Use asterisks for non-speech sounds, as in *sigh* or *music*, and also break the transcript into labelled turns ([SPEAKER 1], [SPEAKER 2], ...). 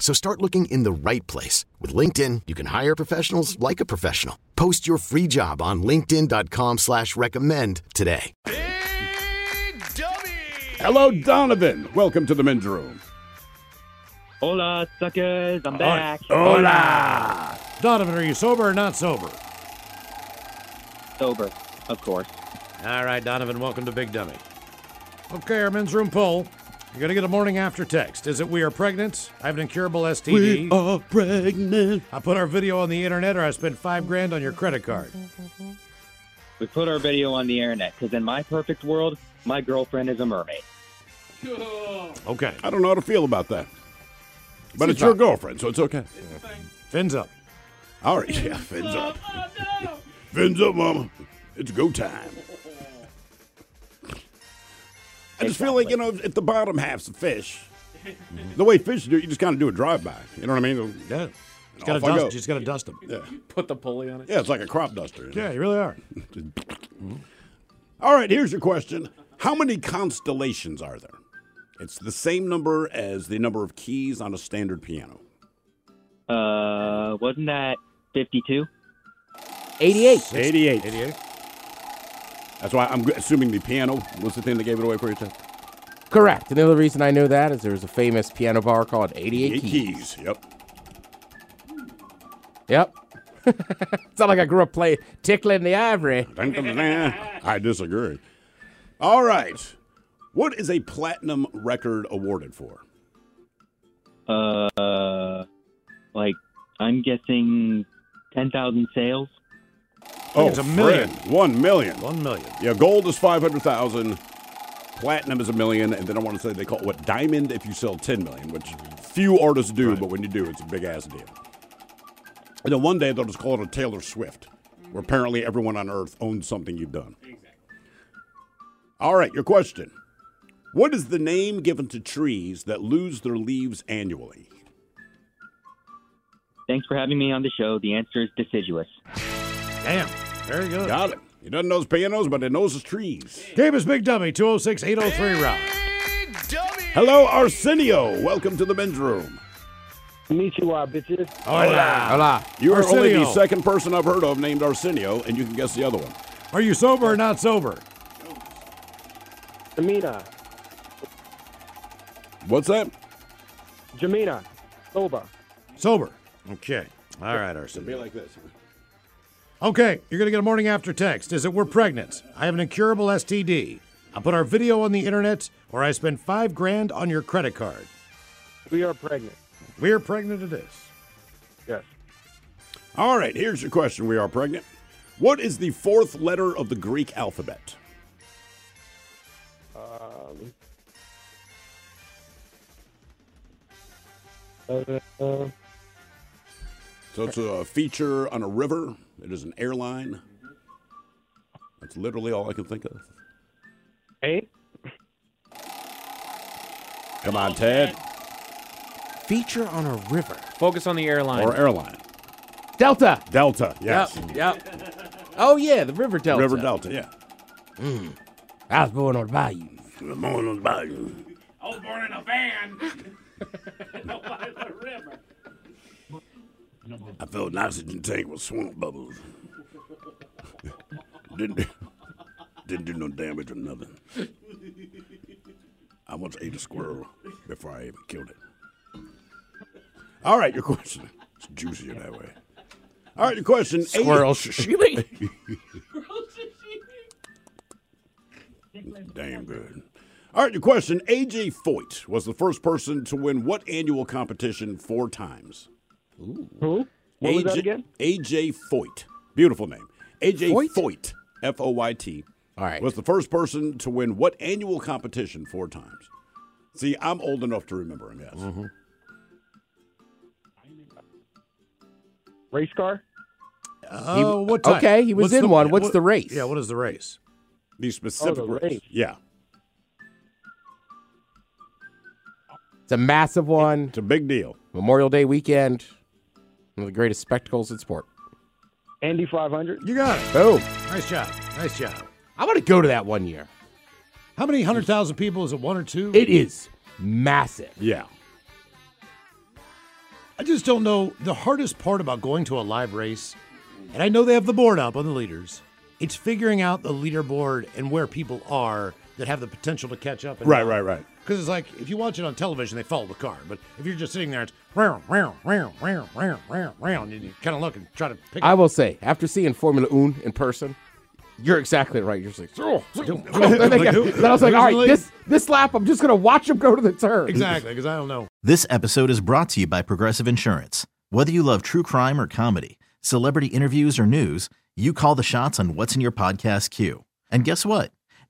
[SPEAKER 1] So start looking in the right place. With LinkedIn, you can hire professionals like a professional. Post your free job on linkedin.com slash recommend today.
[SPEAKER 2] Hello, Donovan. Welcome to the men's room.
[SPEAKER 3] Hola, suckers. I'm back.
[SPEAKER 2] Hola.
[SPEAKER 4] Donovan, are you sober or not sober?
[SPEAKER 3] Sober, of course.
[SPEAKER 4] All right, Donovan, welcome to Big Dummy. Okay, our men's room poll. You're going to get a morning after text. Is it we are pregnant? I have an incurable STD.
[SPEAKER 2] We are pregnant.
[SPEAKER 4] I put our video on the internet or I spent five grand on your credit card.
[SPEAKER 3] We put our video on the internet because in my perfect world, my girlfriend is a mermaid.
[SPEAKER 4] Okay.
[SPEAKER 2] I don't know how to feel about that. But
[SPEAKER 4] It's
[SPEAKER 2] it's your
[SPEAKER 4] fine.
[SPEAKER 2] girlfriend, so it's okay.
[SPEAKER 4] Fins up.
[SPEAKER 2] All right, *laughs* yeah, fins up. fins up, mama. It's go time. I just feel like, you know, if the bottom half's a fish, the way fish do, it, you just kind of do a drive by. You know what I mean?
[SPEAKER 4] Yeah. Just got to
[SPEAKER 2] Off I
[SPEAKER 4] dust,
[SPEAKER 2] go.
[SPEAKER 4] just gotta dust them.
[SPEAKER 2] Yeah.
[SPEAKER 5] Put the pulley on it.
[SPEAKER 2] Yeah, it's like a crop duster. you know?
[SPEAKER 4] Yeah, you really are.
[SPEAKER 2] All right, here's your question. How many constellations are there? It's the same number as the number of keys on a standard piano.
[SPEAKER 3] Uh, wasn't that 52?
[SPEAKER 5] 88.
[SPEAKER 2] 88.
[SPEAKER 4] 88?
[SPEAKER 2] That's why I'm g- assuming the piano was the thing that gave it away for you. Ted?
[SPEAKER 5] Correct. And the other reason I know that is there was a famous piano bar called 88
[SPEAKER 2] Eight
[SPEAKER 5] Keys.
[SPEAKER 2] keys. Yep.
[SPEAKER 5] Yep. *laughs* it's not like I grew up playing tickling the ivory.
[SPEAKER 2] Dun, dun, dun, dun. I disagree. All right. What is a platinum record awarded for?
[SPEAKER 3] Uh, like, I'm guessing 10,000 sales?
[SPEAKER 2] Oh,
[SPEAKER 4] it's a million.
[SPEAKER 2] friend, One million.
[SPEAKER 4] One million.
[SPEAKER 2] Yeah, gold is 500,000, platinum is a million, and then I want to say they call it what diamond if you sell 10 million, which few artists do, but when you do, it's a big ass deal. And then one day they'll just call it a Taylor Swift, where apparently everyone on earth owns something you've done. Exactly. All right, your question. What is the name given to trees that lose their leaves annually?
[SPEAKER 3] Thanks for having me on the show. The answer is deciduous.
[SPEAKER 4] Damn. Very good.
[SPEAKER 2] Got it. He doesn't know his pianos, but he knows his trees.
[SPEAKER 4] Game is Big Dummy, 206 803 Rock.
[SPEAKER 2] Hello, Arsenio. Welcome to the men's room.
[SPEAKER 6] uh,
[SPEAKER 4] Hola.
[SPEAKER 5] Hola.
[SPEAKER 2] You are only the
[SPEAKER 4] Arsenio.
[SPEAKER 2] second person I've heard of named Arsenio, and you can guess the other one.
[SPEAKER 4] Are you sober or not sober?
[SPEAKER 6] Jamina.
[SPEAKER 2] What's that?
[SPEAKER 6] Jamina. Soba.
[SPEAKER 4] Sober. Okay. All right, Arsenio.
[SPEAKER 2] Be like this.
[SPEAKER 4] Okay, you're going to get a morning after text. Is it we're pregnant? I have an incurable STD. I put our video on the internet or I spend five grand on your credit card.
[SPEAKER 6] We are pregnant.
[SPEAKER 4] We're pregnant it is.
[SPEAKER 6] Yes.
[SPEAKER 2] All right, here's your question. We are pregnant. What is the fourth letter of the Greek alphabet?
[SPEAKER 6] Um, uh, uh,
[SPEAKER 2] So it's a feature on a river. It is an airline. That's literally all I can think of.
[SPEAKER 6] hey?
[SPEAKER 2] Come on, Ted.
[SPEAKER 5] Feature on a river.
[SPEAKER 7] Focus on the airline.
[SPEAKER 2] Or airline.
[SPEAKER 5] Delta.
[SPEAKER 2] Delta. Yes.
[SPEAKER 5] Yep. Yep. Oh, yeah, the River Delta. Hmm.
[SPEAKER 2] River Delta. Yeah.
[SPEAKER 5] I was born on the bayou.
[SPEAKER 8] I was born in a van. *laughs*
[SPEAKER 2] I filled an oxygen tank with swamp bubbles. didn't do, didn't do no damage or nothing. I once ate a squirrel before I even killed it. All right, your question. juicier that way. All right, your question.
[SPEAKER 5] Squirrel
[SPEAKER 2] sashimi. Damn good. All right, your question. AJ Foyt was the first person to win what annual competition four times?
[SPEAKER 6] Who? What was that again?
[SPEAKER 2] AJ Foyt. Beautiful name. AJ
[SPEAKER 5] Foyt?
[SPEAKER 2] Foyt. F O Y T.
[SPEAKER 5] All right.
[SPEAKER 2] Was the first person to win what annual competition four times? See, I'm old enough to remember him, yes.
[SPEAKER 5] Mm-hmm.
[SPEAKER 6] Race car?
[SPEAKER 4] Oh, what type?
[SPEAKER 5] okay, he was in one. What's the race?
[SPEAKER 4] Yeah, what is the race?
[SPEAKER 2] The specific
[SPEAKER 6] Oh, the
[SPEAKER 2] race.
[SPEAKER 6] race.
[SPEAKER 2] Yeah.
[SPEAKER 5] It's a massive one.
[SPEAKER 2] It's a big deal.
[SPEAKER 5] Memorial Day weekend. One of the greatest spectacles in sport.
[SPEAKER 6] Andy 500?
[SPEAKER 4] You got it.
[SPEAKER 5] Boom.
[SPEAKER 4] Nice job. Nice job.
[SPEAKER 5] I want to go to that one year.
[SPEAKER 4] How many hundred thousand people is it? One or two?
[SPEAKER 5] It is massive.
[SPEAKER 2] Yeah.
[SPEAKER 4] I just don't know. The hardest part about going to a live race, and I know they have the board up on the leaders, it's figuring out the leaderboard and where people are that have the potential to catch up. And
[SPEAKER 2] Right, right, right.
[SPEAKER 4] Because it's like if you watch it on television, they follow the car. But if you're just sitting there, it's round, round, round, round, round, round, round, and you kind of look and try to pick. *laughs*
[SPEAKER 5] I will say, after seeing Formula One in person, you're exactly right. You're just like, "Oh, oh, oh." *laughs* Then they got- then I was like, all right, this this lap, I'm just gonna watch him go to the turn.
[SPEAKER 4] exactly because I don't know.
[SPEAKER 7] This episode is brought to you by Progressive Insurance. Whether you love true crime or comedy, celebrity interviews or news, you call the shots on what's in your podcast queue. And guess what?